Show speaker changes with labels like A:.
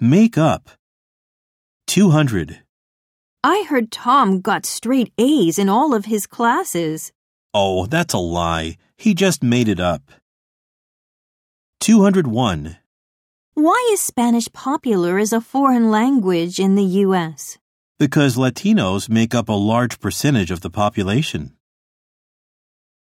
A: Make up. 200.
B: I heard Tom got straight A's in all of his classes.
A: Oh, that's a lie. He just made it up. 201.
B: Why is Spanish popular as a foreign language in the U.S.?
A: Because Latinos make up a large percentage of the population.